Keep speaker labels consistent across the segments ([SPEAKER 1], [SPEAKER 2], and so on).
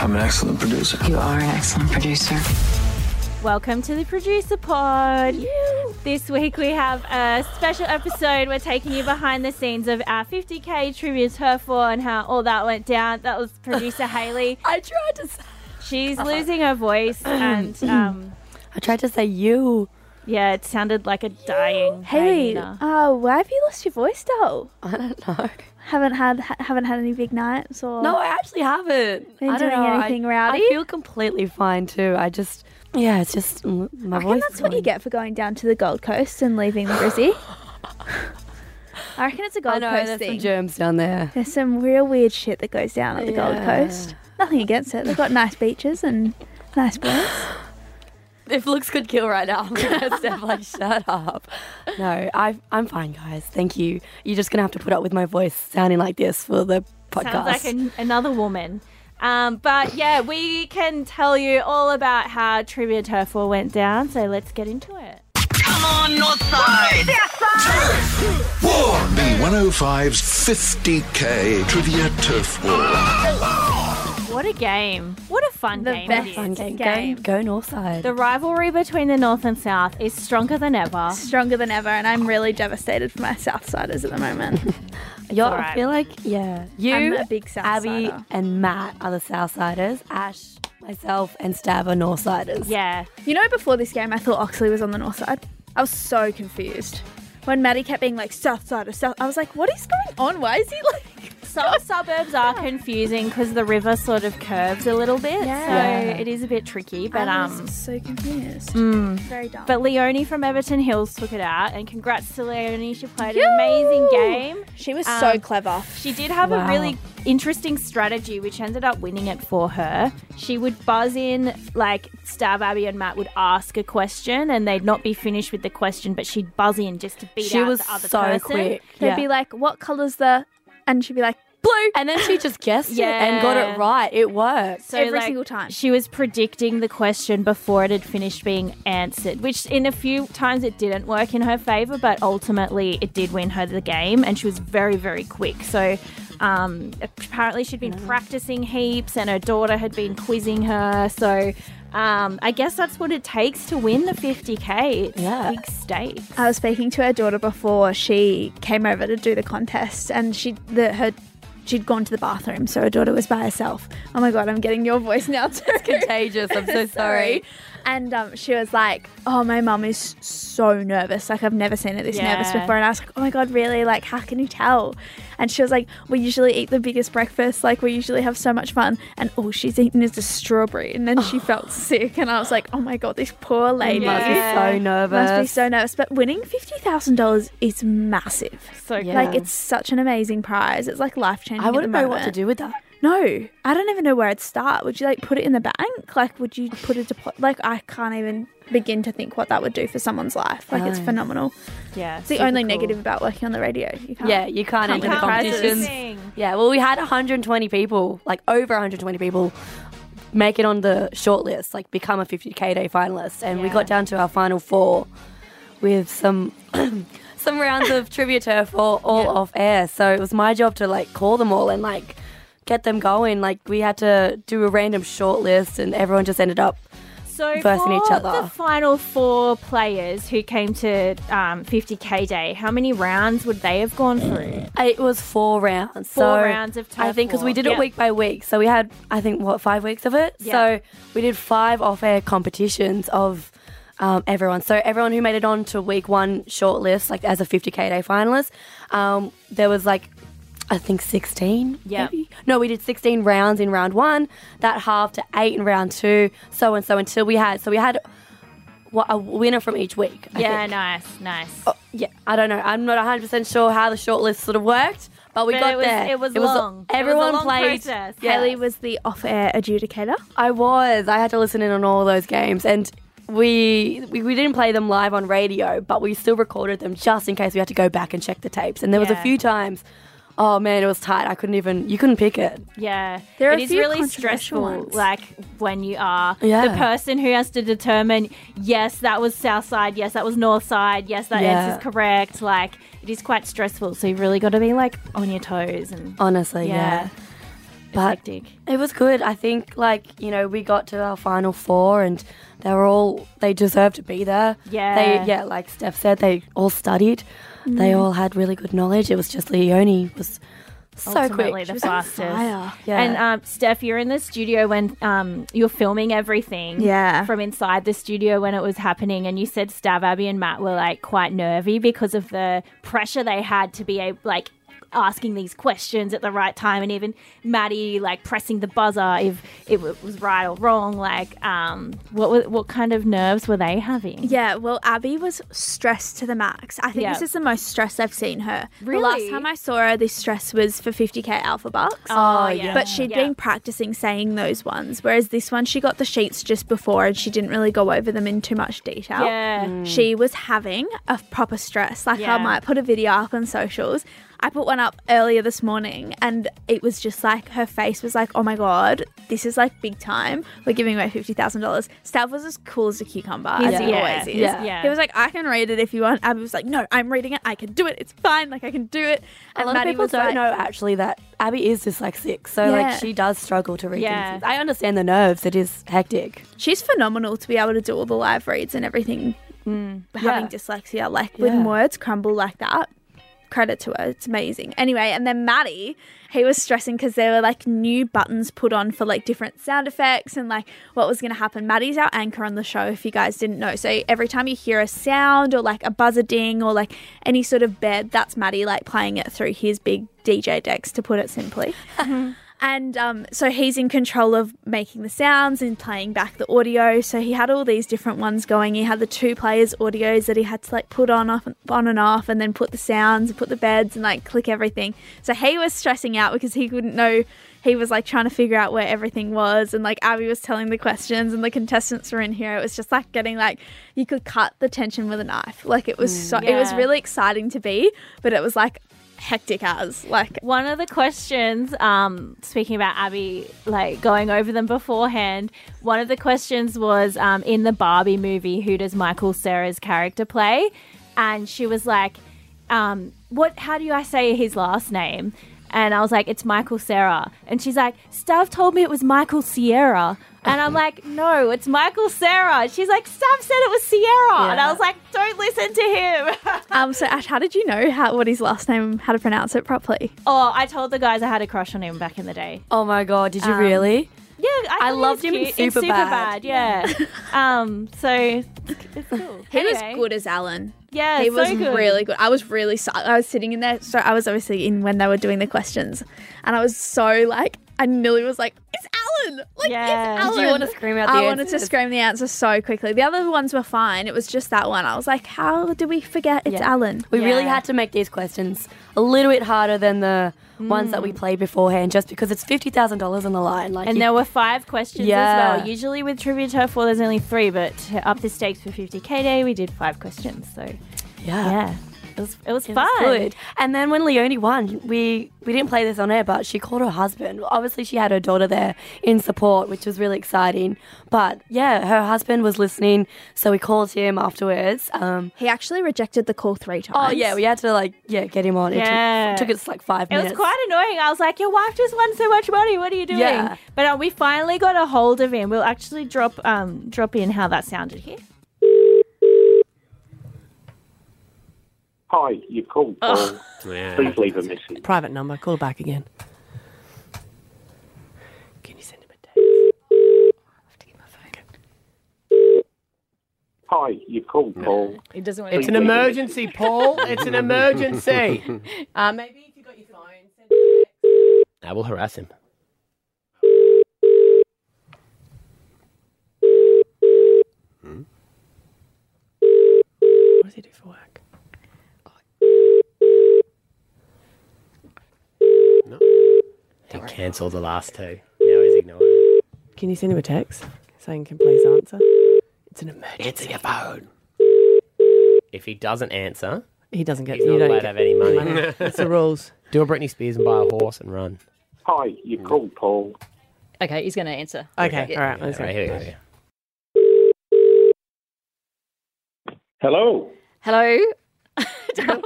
[SPEAKER 1] I'm an excellent producer.
[SPEAKER 2] You are an excellent producer.
[SPEAKER 3] Welcome to the Producer Pod. This week we have a special episode. We're taking you behind the scenes of our 50k trivia turf war and how all that went down. That was producer Haley.
[SPEAKER 4] I tried to say,
[SPEAKER 3] She's losing her voice, and um,
[SPEAKER 4] I tried to say you.
[SPEAKER 3] yeah, it sounded like a dying.
[SPEAKER 5] Hey,
[SPEAKER 3] hyena.
[SPEAKER 5] uh, why have you lost your voice, doll?
[SPEAKER 4] I don't know.
[SPEAKER 5] Haven't had ha- haven't had any big nights or
[SPEAKER 4] No, I actually haven't.
[SPEAKER 5] Been
[SPEAKER 4] I don't
[SPEAKER 5] doing
[SPEAKER 4] know.
[SPEAKER 5] anything
[SPEAKER 4] I,
[SPEAKER 5] rowdy?
[SPEAKER 4] I feel completely fine too. I just, yeah, it's just mm,
[SPEAKER 5] I
[SPEAKER 4] my
[SPEAKER 5] reckon
[SPEAKER 4] voice.
[SPEAKER 5] that's
[SPEAKER 4] is
[SPEAKER 5] what you
[SPEAKER 4] going-
[SPEAKER 5] get for going down to the Gold Coast and leaving the Brizzy. I reckon it's a Gold
[SPEAKER 4] I know
[SPEAKER 5] Coast
[SPEAKER 4] there's some
[SPEAKER 5] thing.
[SPEAKER 4] germs down there.
[SPEAKER 5] there's some real weird shit that goes down at the Gold
[SPEAKER 4] Yeah.
[SPEAKER 5] Coast. Nothing against it. They've got nice beaches and nice boys.
[SPEAKER 4] If looks could kill right now, I'm gonna step like shut up. No, I, I'm fine, guys. Thank you. You're just gonna have to put up with my voice sounding like this for the podcast.
[SPEAKER 3] Sounds like an, another woman. Um, but yeah, we can tell you all about how Trivia Turf War went down, so let's get into it.
[SPEAKER 1] War! B105's 50k trivia turf war.
[SPEAKER 3] What a game. What a fun
[SPEAKER 5] The
[SPEAKER 3] game.
[SPEAKER 5] best.
[SPEAKER 3] it
[SPEAKER 4] Fun
[SPEAKER 3] is.
[SPEAKER 4] game.
[SPEAKER 5] game.
[SPEAKER 4] Go, go Northside.
[SPEAKER 3] The rivalry between the North and South is stronger than ever.
[SPEAKER 5] Stronger than ever, and I'm really devastated for my Southsiders at the moment.
[SPEAKER 4] You're,
[SPEAKER 3] alright.
[SPEAKER 4] I feel like, yeah. You,
[SPEAKER 5] I'm a big Southsider.
[SPEAKER 4] Abby, and Matt are the Southsiders. Ash, myself, and Stab are Northsiders.
[SPEAKER 3] Yeah.
[SPEAKER 5] You know, before this game, I thought Oxley was on the north side. I was so confused. When Maddie kept being like, south side of south, I was like, what is going on? Why is he like.
[SPEAKER 3] Some suburbs are confusing because the river sort of curves a little bit,
[SPEAKER 4] Yeah.
[SPEAKER 3] so it is a bit tricky. But
[SPEAKER 5] I was
[SPEAKER 3] um,
[SPEAKER 5] so confused. Very dumb.
[SPEAKER 3] but Leonie from Everton Hills took it out, and congrats to Leonie. She played an amazing game.
[SPEAKER 5] she was
[SPEAKER 3] um,
[SPEAKER 5] so clever.
[SPEAKER 3] She did have a
[SPEAKER 4] Wow.
[SPEAKER 3] really interesting strategy, which ended up winning it for her. She would buzz in, like Stab Abby and Matt would ask a question, and they'd not be finished with the question, but she'd buzz in just to beat
[SPEAKER 4] She
[SPEAKER 3] out
[SPEAKER 4] was
[SPEAKER 3] the other
[SPEAKER 4] so
[SPEAKER 3] person.
[SPEAKER 4] quick.
[SPEAKER 5] They'd
[SPEAKER 4] Yeah.
[SPEAKER 5] be like, what colour's the. And she'd be like, blue.
[SPEAKER 4] and then she just guessed it and got
[SPEAKER 3] Yeah.
[SPEAKER 4] it right. It worked.
[SPEAKER 3] So,
[SPEAKER 5] Every single time.
[SPEAKER 3] She was predicting the question before it had finished being answered, which in a few times it didn't work in her favor, but ultimately it did win her the game, and she was very, very quick. So um, apparently she'd
[SPEAKER 5] Mm.
[SPEAKER 3] been practicing heaps, and her daughter had been quizzing her. So um, I guess that's what it takes to win the 50k. It's
[SPEAKER 4] Yeah.
[SPEAKER 3] big stakes.
[SPEAKER 5] I was speaking to her daughter before she came over to do the contest, and she the, her she'd gone to the bathroom, so her daughter was by herself. Oh my god, I'm getting your voice now too. It's
[SPEAKER 4] contagious. I'm so sorry.
[SPEAKER 5] And um, she was like, "Oh, my mum is so nervous. Like I've never seen her this nervous
[SPEAKER 3] Yeah.
[SPEAKER 5] before." And I was like, "Oh my god, really? Like how can you tell?" And she was like, "We usually eat the biggest breakfast. Like we usually have so much fun." And all she's eaten is a strawberry. And then
[SPEAKER 3] Oh.
[SPEAKER 5] she felt sick, and I was like, "Oh my god, this poor lady."
[SPEAKER 4] Must be
[SPEAKER 3] Yeah.
[SPEAKER 4] so nervous.
[SPEAKER 5] Must be so nervous, but winning fifty thousand dollars is massive.
[SPEAKER 3] So
[SPEAKER 4] Yeah.
[SPEAKER 5] Like it's such an amazing prize. It's like life changing.
[SPEAKER 4] I wouldn't know what to do with that.
[SPEAKER 5] No, I don't even know where I'd start. Would you like put it in the bank? Like, would you put a deposit? Like, I can't even begin to think what that would do for someone's life. Like, it's
[SPEAKER 4] No.
[SPEAKER 5] phenomenal.
[SPEAKER 3] yeah,
[SPEAKER 5] It's the only negative about working on the radio. You can't.
[SPEAKER 4] Yeah, you can't enter the
[SPEAKER 3] win prizes.
[SPEAKER 4] competitions.
[SPEAKER 3] Amazing.
[SPEAKER 4] Yeah, well, we had 120 people, like over 120 people, make it on the short list, like become a 50k day finalist, and we
[SPEAKER 3] Yeah.
[SPEAKER 4] got down to our final four with some some rounds of trivia turf all, all off air. So it was my job to like call them all and like get them going. Like we had to do a random short list, and everyone just ended up.
[SPEAKER 3] So
[SPEAKER 4] versing
[SPEAKER 3] for
[SPEAKER 4] each other.
[SPEAKER 3] the final four players who came to um, 50k day, how many rounds would they have gone through?
[SPEAKER 4] It was four rounds.
[SPEAKER 3] Four
[SPEAKER 4] so
[SPEAKER 3] rounds of
[SPEAKER 4] I
[SPEAKER 3] turf
[SPEAKER 4] think because
[SPEAKER 3] war.
[SPEAKER 4] we did it
[SPEAKER 3] Yeah.
[SPEAKER 4] week by week, so we had I think what five weeks of it.
[SPEAKER 3] Yeah.
[SPEAKER 4] So we did five off-air competitions of um, everyone. So everyone who made it on to week one shortlist, like as a 50k day finalist, um, there was like I think 16.
[SPEAKER 3] Yeah.
[SPEAKER 4] maybe? No, we did 16 rounds in round one. That halved to eight in round two. So and so until we had so we had wha- a winner from each week. I
[SPEAKER 3] Yeah,
[SPEAKER 4] think.
[SPEAKER 3] nice, nice.
[SPEAKER 5] Oh,
[SPEAKER 4] Yeah, I don't know. I'm not 100 percent sure how the shortlist sort of worked, but we
[SPEAKER 3] But
[SPEAKER 4] got
[SPEAKER 3] it was-
[SPEAKER 4] there.
[SPEAKER 3] it was long. It was a
[SPEAKER 4] Everyone
[SPEAKER 3] long
[SPEAKER 4] played.
[SPEAKER 3] process.
[SPEAKER 5] Haley was the off-air adjudicator.
[SPEAKER 4] I was. I had to listen in on all those games, and we, we we didn't play them live on radio, but we still recorded them just in case we had to go back and check the tapes. And there was
[SPEAKER 3] Yeah.
[SPEAKER 4] a few times. Oh man, it was tight. I couldn't even. You couldn't pick it.
[SPEAKER 3] Yeah,
[SPEAKER 5] There are
[SPEAKER 3] it
[SPEAKER 5] a
[SPEAKER 3] is
[SPEAKER 5] few
[SPEAKER 3] really stressful.
[SPEAKER 5] controversial ones.
[SPEAKER 3] Like when you are
[SPEAKER 4] Yeah.
[SPEAKER 3] the person who has to determine, yes, that was south side, yes, that was north side, yes, that
[SPEAKER 4] Yeah.
[SPEAKER 3] answer's correct. Like it is quite stressful. So you have really got to be like on your toes and
[SPEAKER 4] Honestly,
[SPEAKER 3] yeah.
[SPEAKER 4] yeah. But-
[SPEAKER 3] hectic.
[SPEAKER 4] It was good. I think, like, you know, we got to our final four and they were all, they deserved to be there.
[SPEAKER 3] Yeah.
[SPEAKER 4] They, yeah, like Steph said, they all studied. They all had really good knowledge. It was just Leonie was so
[SPEAKER 3] Ultimately,
[SPEAKER 4] quick.
[SPEAKER 3] the
[SPEAKER 4] She was-
[SPEAKER 3] fastest.
[SPEAKER 5] Fire.
[SPEAKER 4] yeah.
[SPEAKER 3] And um, Steph, you're in the studio when um, you're filming everything.
[SPEAKER 5] Yeah.
[SPEAKER 3] From inside the studio when it was happening, and you said Stav, Abby, and Matt were like quite nervy because of the pressure they had to be able, like asking these questions at the right time, and even Maddie like pressing the buzzer if it w- was right or wrong. Like, um, what were, what kind of nerves were they having?
[SPEAKER 5] Yeah, well, Abby was stressed to the max. I think
[SPEAKER 3] Yeah.
[SPEAKER 5] this is the most stress I've seen her. The
[SPEAKER 3] Really?
[SPEAKER 5] last time I saw her, this stress was for 50k Alpha Bucks.
[SPEAKER 3] Oh, yeah.
[SPEAKER 5] But she had
[SPEAKER 3] Yeah.
[SPEAKER 5] been practicing saying those ones, whereas this one, she got the sheets just before and she didn't really go over them in too much detail.
[SPEAKER 3] Yeah.
[SPEAKER 5] She was having a proper stress. Like,
[SPEAKER 3] Yeah.
[SPEAKER 5] I might put a video up on socials. I put one up earlier this morning and it was just like her face was like, oh my God, this is like big time. We're giving away $50,000. Stav was as cool as a cucumber, as he
[SPEAKER 3] yeah,
[SPEAKER 5] always is.
[SPEAKER 4] yeah.
[SPEAKER 3] Yeah.
[SPEAKER 5] He was like, I can read it if you want. Abby was like, no, I'm reading it. I can do it. It's fine. Like, I can do it.
[SPEAKER 4] A
[SPEAKER 5] And
[SPEAKER 4] lot
[SPEAKER 5] Maddie
[SPEAKER 4] of people
[SPEAKER 5] was
[SPEAKER 4] don't
[SPEAKER 5] like-
[SPEAKER 4] know actually that Abby is dyslexic. So,
[SPEAKER 5] Yeah.
[SPEAKER 4] like, she does struggle to read
[SPEAKER 3] Yeah.
[SPEAKER 4] things. I understand the nerves. It is hectic.
[SPEAKER 5] She's phenomenal to be able to do all the live reads and everything. Having
[SPEAKER 4] Mm. Yeah.
[SPEAKER 5] dyslexia, like when
[SPEAKER 4] Yeah.
[SPEAKER 5] words crumble like that, credit to her. It's amazing. Anyway, and then Maddie, he was stressing because there were like new buttons put on for like different sound effects and like what was going to happen. Maddie's our anchor on the show, if you guys didn't know. So every time you hear a sound or like a buzzer ding or like any sort of bed, that's Maddie like playing it through his big DJ decks, to put it simply. And um, so he's in control of making the sounds and playing back the audio. So he had all these different ones going. He had the two players' audios that he had to like put on off on and off, and then put the sounds and put the beds and like click everything. So he was stressing out because he couldn't know. He was like trying to figure out where everything was, and like Abby was telling the questions, and the contestants were in here. It was just like getting like you could cut the tension with a knife. Like it was so it was
[SPEAKER 3] Yeah.
[SPEAKER 5] really exciting to be, but it was like hectic as like
[SPEAKER 3] one of the questions um, speaking about abby like going over them beforehand one of the questions was um, in the barbie movie who does michael sarah's character play and she was like um, what how do i say his last name and i was like it's michael sarah and she's like stav told me it was michael sierra and I'm like, no, it's Michael Sarah. She's like, Stav said it was Sierra. And I
[SPEAKER 4] Yeah.
[SPEAKER 3] was like, don't listen to him.
[SPEAKER 5] Um, so Ash, how did you know how what his last name, how to pronounce it properly?
[SPEAKER 3] oh, I told the guys I had a crush on him back in the day.
[SPEAKER 4] Oh my God. Did you really?
[SPEAKER 3] Yeah, I,
[SPEAKER 4] I
[SPEAKER 3] thought he
[SPEAKER 4] loved
[SPEAKER 3] was
[SPEAKER 4] him in
[SPEAKER 3] cute. Superbad.
[SPEAKER 4] Superbad.
[SPEAKER 3] Yeah. um. So it's it's cool.
[SPEAKER 5] He
[SPEAKER 3] Anyway,
[SPEAKER 5] was good as Alan.
[SPEAKER 3] Yeah,
[SPEAKER 5] he
[SPEAKER 3] so
[SPEAKER 5] was
[SPEAKER 3] good.
[SPEAKER 5] really good. I was really si- I was sitting in there, so I was obviously in when they were doing the questions, and I was so like, I nearly was like, it's Alan, like
[SPEAKER 3] Yeah.
[SPEAKER 5] it's
[SPEAKER 3] Did
[SPEAKER 5] Alan.
[SPEAKER 4] you wanna scream out
[SPEAKER 5] I
[SPEAKER 4] the
[SPEAKER 5] wanted to
[SPEAKER 4] answers?
[SPEAKER 5] scream the answer so quickly. The other ones were fine. It was just that one. I was like, how do we forget it's
[SPEAKER 4] Yeah.
[SPEAKER 5] Alan?
[SPEAKER 4] We really
[SPEAKER 3] Yeah.
[SPEAKER 4] had to make these questions a little bit harder than the ones that we played beforehand, just because it's fifty thousand dollars on the line. Like,
[SPEAKER 3] Mm. And
[SPEAKER 4] you-
[SPEAKER 3] there were five questions
[SPEAKER 4] Yeah.
[SPEAKER 3] as well. Usually with Trivia Turf War, there's only three, but to up the stakes for 50k day, we did five questions. So
[SPEAKER 4] yeah,
[SPEAKER 3] yeah, it was it was
[SPEAKER 4] It
[SPEAKER 3] fun.
[SPEAKER 4] was good. And then when Leonie won, we we didn't play this on air, but she called her husband. Obviously, she had her daughter there in support, which was really exciting. But yeah, her husband was listening, so we called him afterwards. Um,
[SPEAKER 5] He actually rejected the call three times.
[SPEAKER 4] oh yeah, we had to like yeah get him on.
[SPEAKER 3] Yeah.
[SPEAKER 4] It took, took us like five
[SPEAKER 3] It
[SPEAKER 4] minutes.
[SPEAKER 3] was quite annoying. I was like, "Your wife just won so much money. What are you doing?"
[SPEAKER 4] Yeah.
[SPEAKER 3] But uh, we finally got a hold of him. We'll actually drop um, drop in how that sounded here.
[SPEAKER 2] Hi, you've called Paul. Please leave a message.
[SPEAKER 6] private number. Call her back again. Can you send him a text?
[SPEAKER 2] Hi, you've called Paul.
[SPEAKER 7] He doesn't want
[SPEAKER 6] It's an emergency, Paul. It's an emergency.
[SPEAKER 7] Uh, maybe if you got your phone, send
[SPEAKER 6] I will harass him. What does he do for work? No. He cancelled the last two. Now he's ignoring it. Can you send him a text saying, can please answer? It's an emergency. Answer your phone.
[SPEAKER 8] If he doesn't answer,
[SPEAKER 6] He doesn't get
[SPEAKER 8] he's
[SPEAKER 6] you
[SPEAKER 8] not
[SPEAKER 6] don't
[SPEAKER 8] allowed to
[SPEAKER 6] get
[SPEAKER 8] have any money.
[SPEAKER 6] That's the rules.
[SPEAKER 8] Do a Britney Spears and buy a horse and run.
[SPEAKER 2] Hi, you've called Paul.
[SPEAKER 7] it. Okay, he's going to answer.
[SPEAKER 6] Okay,
[SPEAKER 7] Yeah.
[SPEAKER 6] all right, let's
[SPEAKER 8] All right,
[SPEAKER 6] go.
[SPEAKER 8] here we go. here.
[SPEAKER 2] Hello.
[SPEAKER 7] Hello. oh, Um,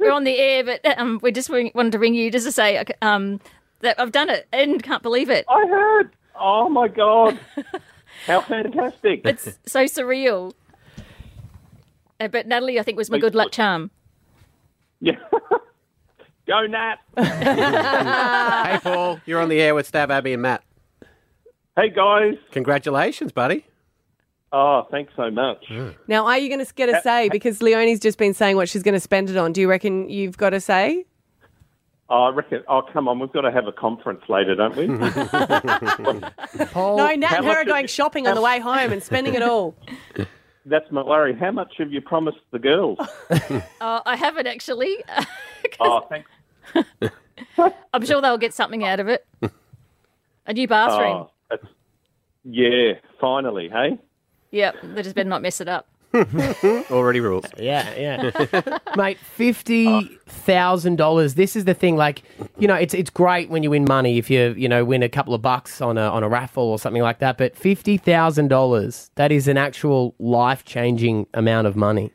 [SPEAKER 7] we're on the air, but um, we just ring- wanted to ring you just to say, okay, um, That I've done it and can't believe it.
[SPEAKER 2] I heard. Oh my god. How fantastic.
[SPEAKER 7] It's so surreal. Uh, But Natalie, I think, was my good luck charm.
[SPEAKER 2] Yeah. Go Nat.
[SPEAKER 9] hey, Paul, you're on the air with Stab Abby and Matt.
[SPEAKER 2] Hey, guys.
[SPEAKER 9] Congratulations, buddy.
[SPEAKER 2] Oh, thanks so much.
[SPEAKER 6] Now, are you going to get a say? Because Leonie's just been saying what she's going to spend it on. Do you reckon you've got a say?
[SPEAKER 2] I reckon. Oh, come on. We've got to have a conference later, don't we?
[SPEAKER 9] Paul,
[SPEAKER 6] No, Nat
[SPEAKER 2] how
[SPEAKER 6] and her
[SPEAKER 2] much
[SPEAKER 6] are
[SPEAKER 2] is
[SPEAKER 6] going
[SPEAKER 2] it?
[SPEAKER 6] shopping on the way home and spending it all.
[SPEAKER 2] That's my worry. How much have you promised the girls?
[SPEAKER 7] Uh, I haven't actually.
[SPEAKER 2] oh, thanks.
[SPEAKER 7] I'm sure they'll get something out of it. A new bathroom.
[SPEAKER 2] Oh, that's, yeah, finally, hey?
[SPEAKER 7] Yep, they just better not mess it up.
[SPEAKER 9] already rules.
[SPEAKER 8] Yeah, yeah. Mate, fifty thousand dollars. This is the thing. Like, you know, it's it's great when you win money if you you know win a couple of bucks on a on a raffle or something like that. But fifty thousand dollars. That is an actual life changing amount of money.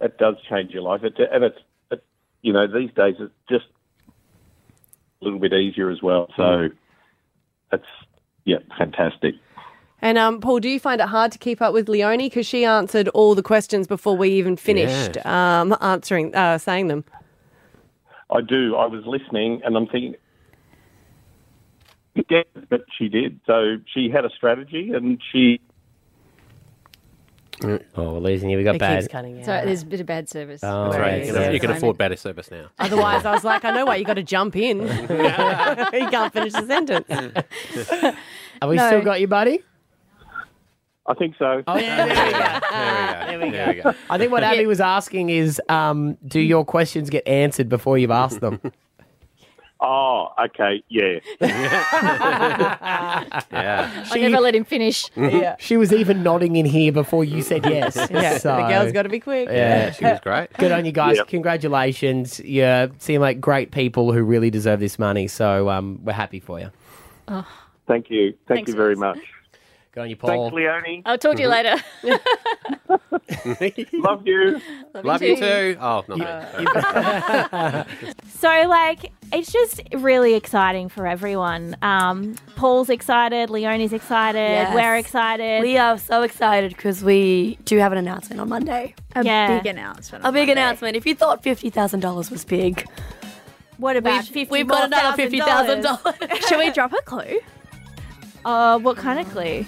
[SPEAKER 2] It does change your life. It, and it's, it, you know, these days it's just a little bit easier as well. So it's, yeah, fantastic.
[SPEAKER 6] And um, Paul, do you find it hard to keep up with Leonie because she answered all the questions before we even finished um, answering, uh, saying them?
[SPEAKER 2] I do. I was listening and I'm thinking, yeah, but she did. So she had a strategy and she,
[SPEAKER 8] Oh, we're losing you. We got
[SPEAKER 6] It
[SPEAKER 8] bad.
[SPEAKER 6] keeps cutting out.
[SPEAKER 7] So there's a bit of bad service.
[SPEAKER 8] Oh,
[SPEAKER 9] That's right. You
[SPEAKER 8] yeah.
[SPEAKER 9] can, you can afford better service now.
[SPEAKER 6] Otherwise, I was like, I know why you got to jump in. he can't finish the sentence.
[SPEAKER 8] Have we
[SPEAKER 5] No.
[SPEAKER 8] still got you, buddy?
[SPEAKER 2] I think so.
[SPEAKER 8] Oh, yeah, there we go.
[SPEAKER 9] Ah, There we go. There we go.
[SPEAKER 8] I think what Abby was asking is, um, do your questions get answered before you've asked them?
[SPEAKER 2] Oh, okay. Yeah.
[SPEAKER 9] Yeah.
[SPEAKER 7] I never let him finish.
[SPEAKER 6] yeah.
[SPEAKER 8] She was even nodding in here before you said yes.
[SPEAKER 6] Yeah,
[SPEAKER 8] So,
[SPEAKER 6] the girl's got to be quick.
[SPEAKER 8] yeah.
[SPEAKER 9] She was great.
[SPEAKER 8] Good on you guys.
[SPEAKER 2] Yep.
[SPEAKER 8] Congratulations. You seem like great people who really deserve this money. So um, we're happy for you.
[SPEAKER 2] Thank you. Thank
[SPEAKER 7] Thanks,
[SPEAKER 2] you very
[SPEAKER 7] guys.
[SPEAKER 2] much.
[SPEAKER 8] Good on you,
[SPEAKER 2] Thanks,
[SPEAKER 8] Paul.
[SPEAKER 2] Leonie.
[SPEAKER 7] I'll talk to
[SPEAKER 9] Mm-hmm.
[SPEAKER 7] you later.
[SPEAKER 2] Love you.
[SPEAKER 9] Love you too. Oh, not me.
[SPEAKER 3] So, like, it's just really exciting for everyone. Um, Paul's excited, Leonie's excited,
[SPEAKER 4] Yes.
[SPEAKER 3] we're excited.
[SPEAKER 4] We are so excited because we do have an announcement on Monday.
[SPEAKER 5] A
[SPEAKER 3] Yeah.
[SPEAKER 5] big announcement.
[SPEAKER 4] A
[SPEAKER 5] on
[SPEAKER 4] big
[SPEAKER 5] Monday.
[SPEAKER 4] announcement. If you thought fifty thousand dollars was big,
[SPEAKER 3] what about fifty?
[SPEAKER 4] we've got another fifty thousand dollars.
[SPEAKER 5] Should we drop a clue?
[SPEAKER 3] Uh, what kind of clue?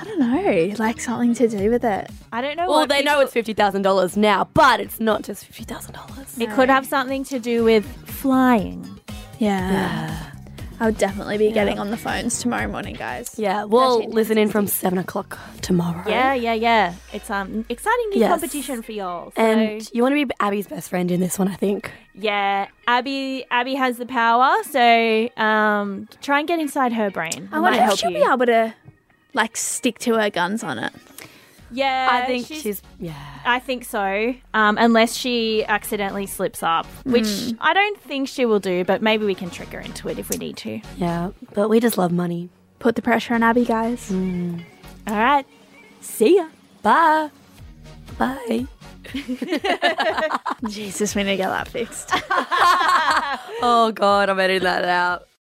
[SPEAKER 5] I don't know. Like something to do with it.
[SPEAKER 3] I don't know.
[SPEAKER 4] Well,
[SPEAKER 3] what
[SPEAKER 4] they know
[SPEAKER 3] people-
[SPEAKER 4] it's fifty thousand dollars now, but it's not just fifty thousand dollars.
[SPEAKER 3] It could have something to do with flying.
[SPEAKER 5] Yeah. I'll definitely be getting on the phones tomorrow morning, guys.
[SPEAKER 4] Yeah, we'll listen in from seven o'clock tomorrow.
[SPEAKER 3] Yeah, yeah, yeah. It's um exciting new
[SPEAKER 4] Yes.
[SPEAKER 3] competition for y'all. So,
[SPEAKER 4] And you want to be Abby's best friend in this one, I think.
[SPEAKER 3] yeah, Abby, Abby has the power. So um, try and get inside her brain.
[SPEAKER 5] I
[SPEAKER 3] It
[SPEAKER 5] wonder
[SPEAKER 3] might
[SPEAKER 5] if
[SPEAKER 3] help
[SPEAKER 5] she'll
[SPEAKER 3] you.
[SPEAKER 5] be able to like stick to her guns on it.
[SPEAKER 3] Yeah,
[SPEAKER 4] I think she's, yeah.
[SPEAKER 3] I think so. Um, unless she accidentally slips up, which I don't think she will do, but maybe we can trick her into it if we need to.
[SPEAKER 4] Yeah. But we just love money.
[SPEAKER 5] Put the pressure on Abby, guys.
[SPEAKER 3] All right. See ya.
[SPEAKER 4] Bye. Bye.
[SPEAKER 5] Jesus, we need to get that fixed.
[SPEAKER 4] Oh god, I'm editing that out.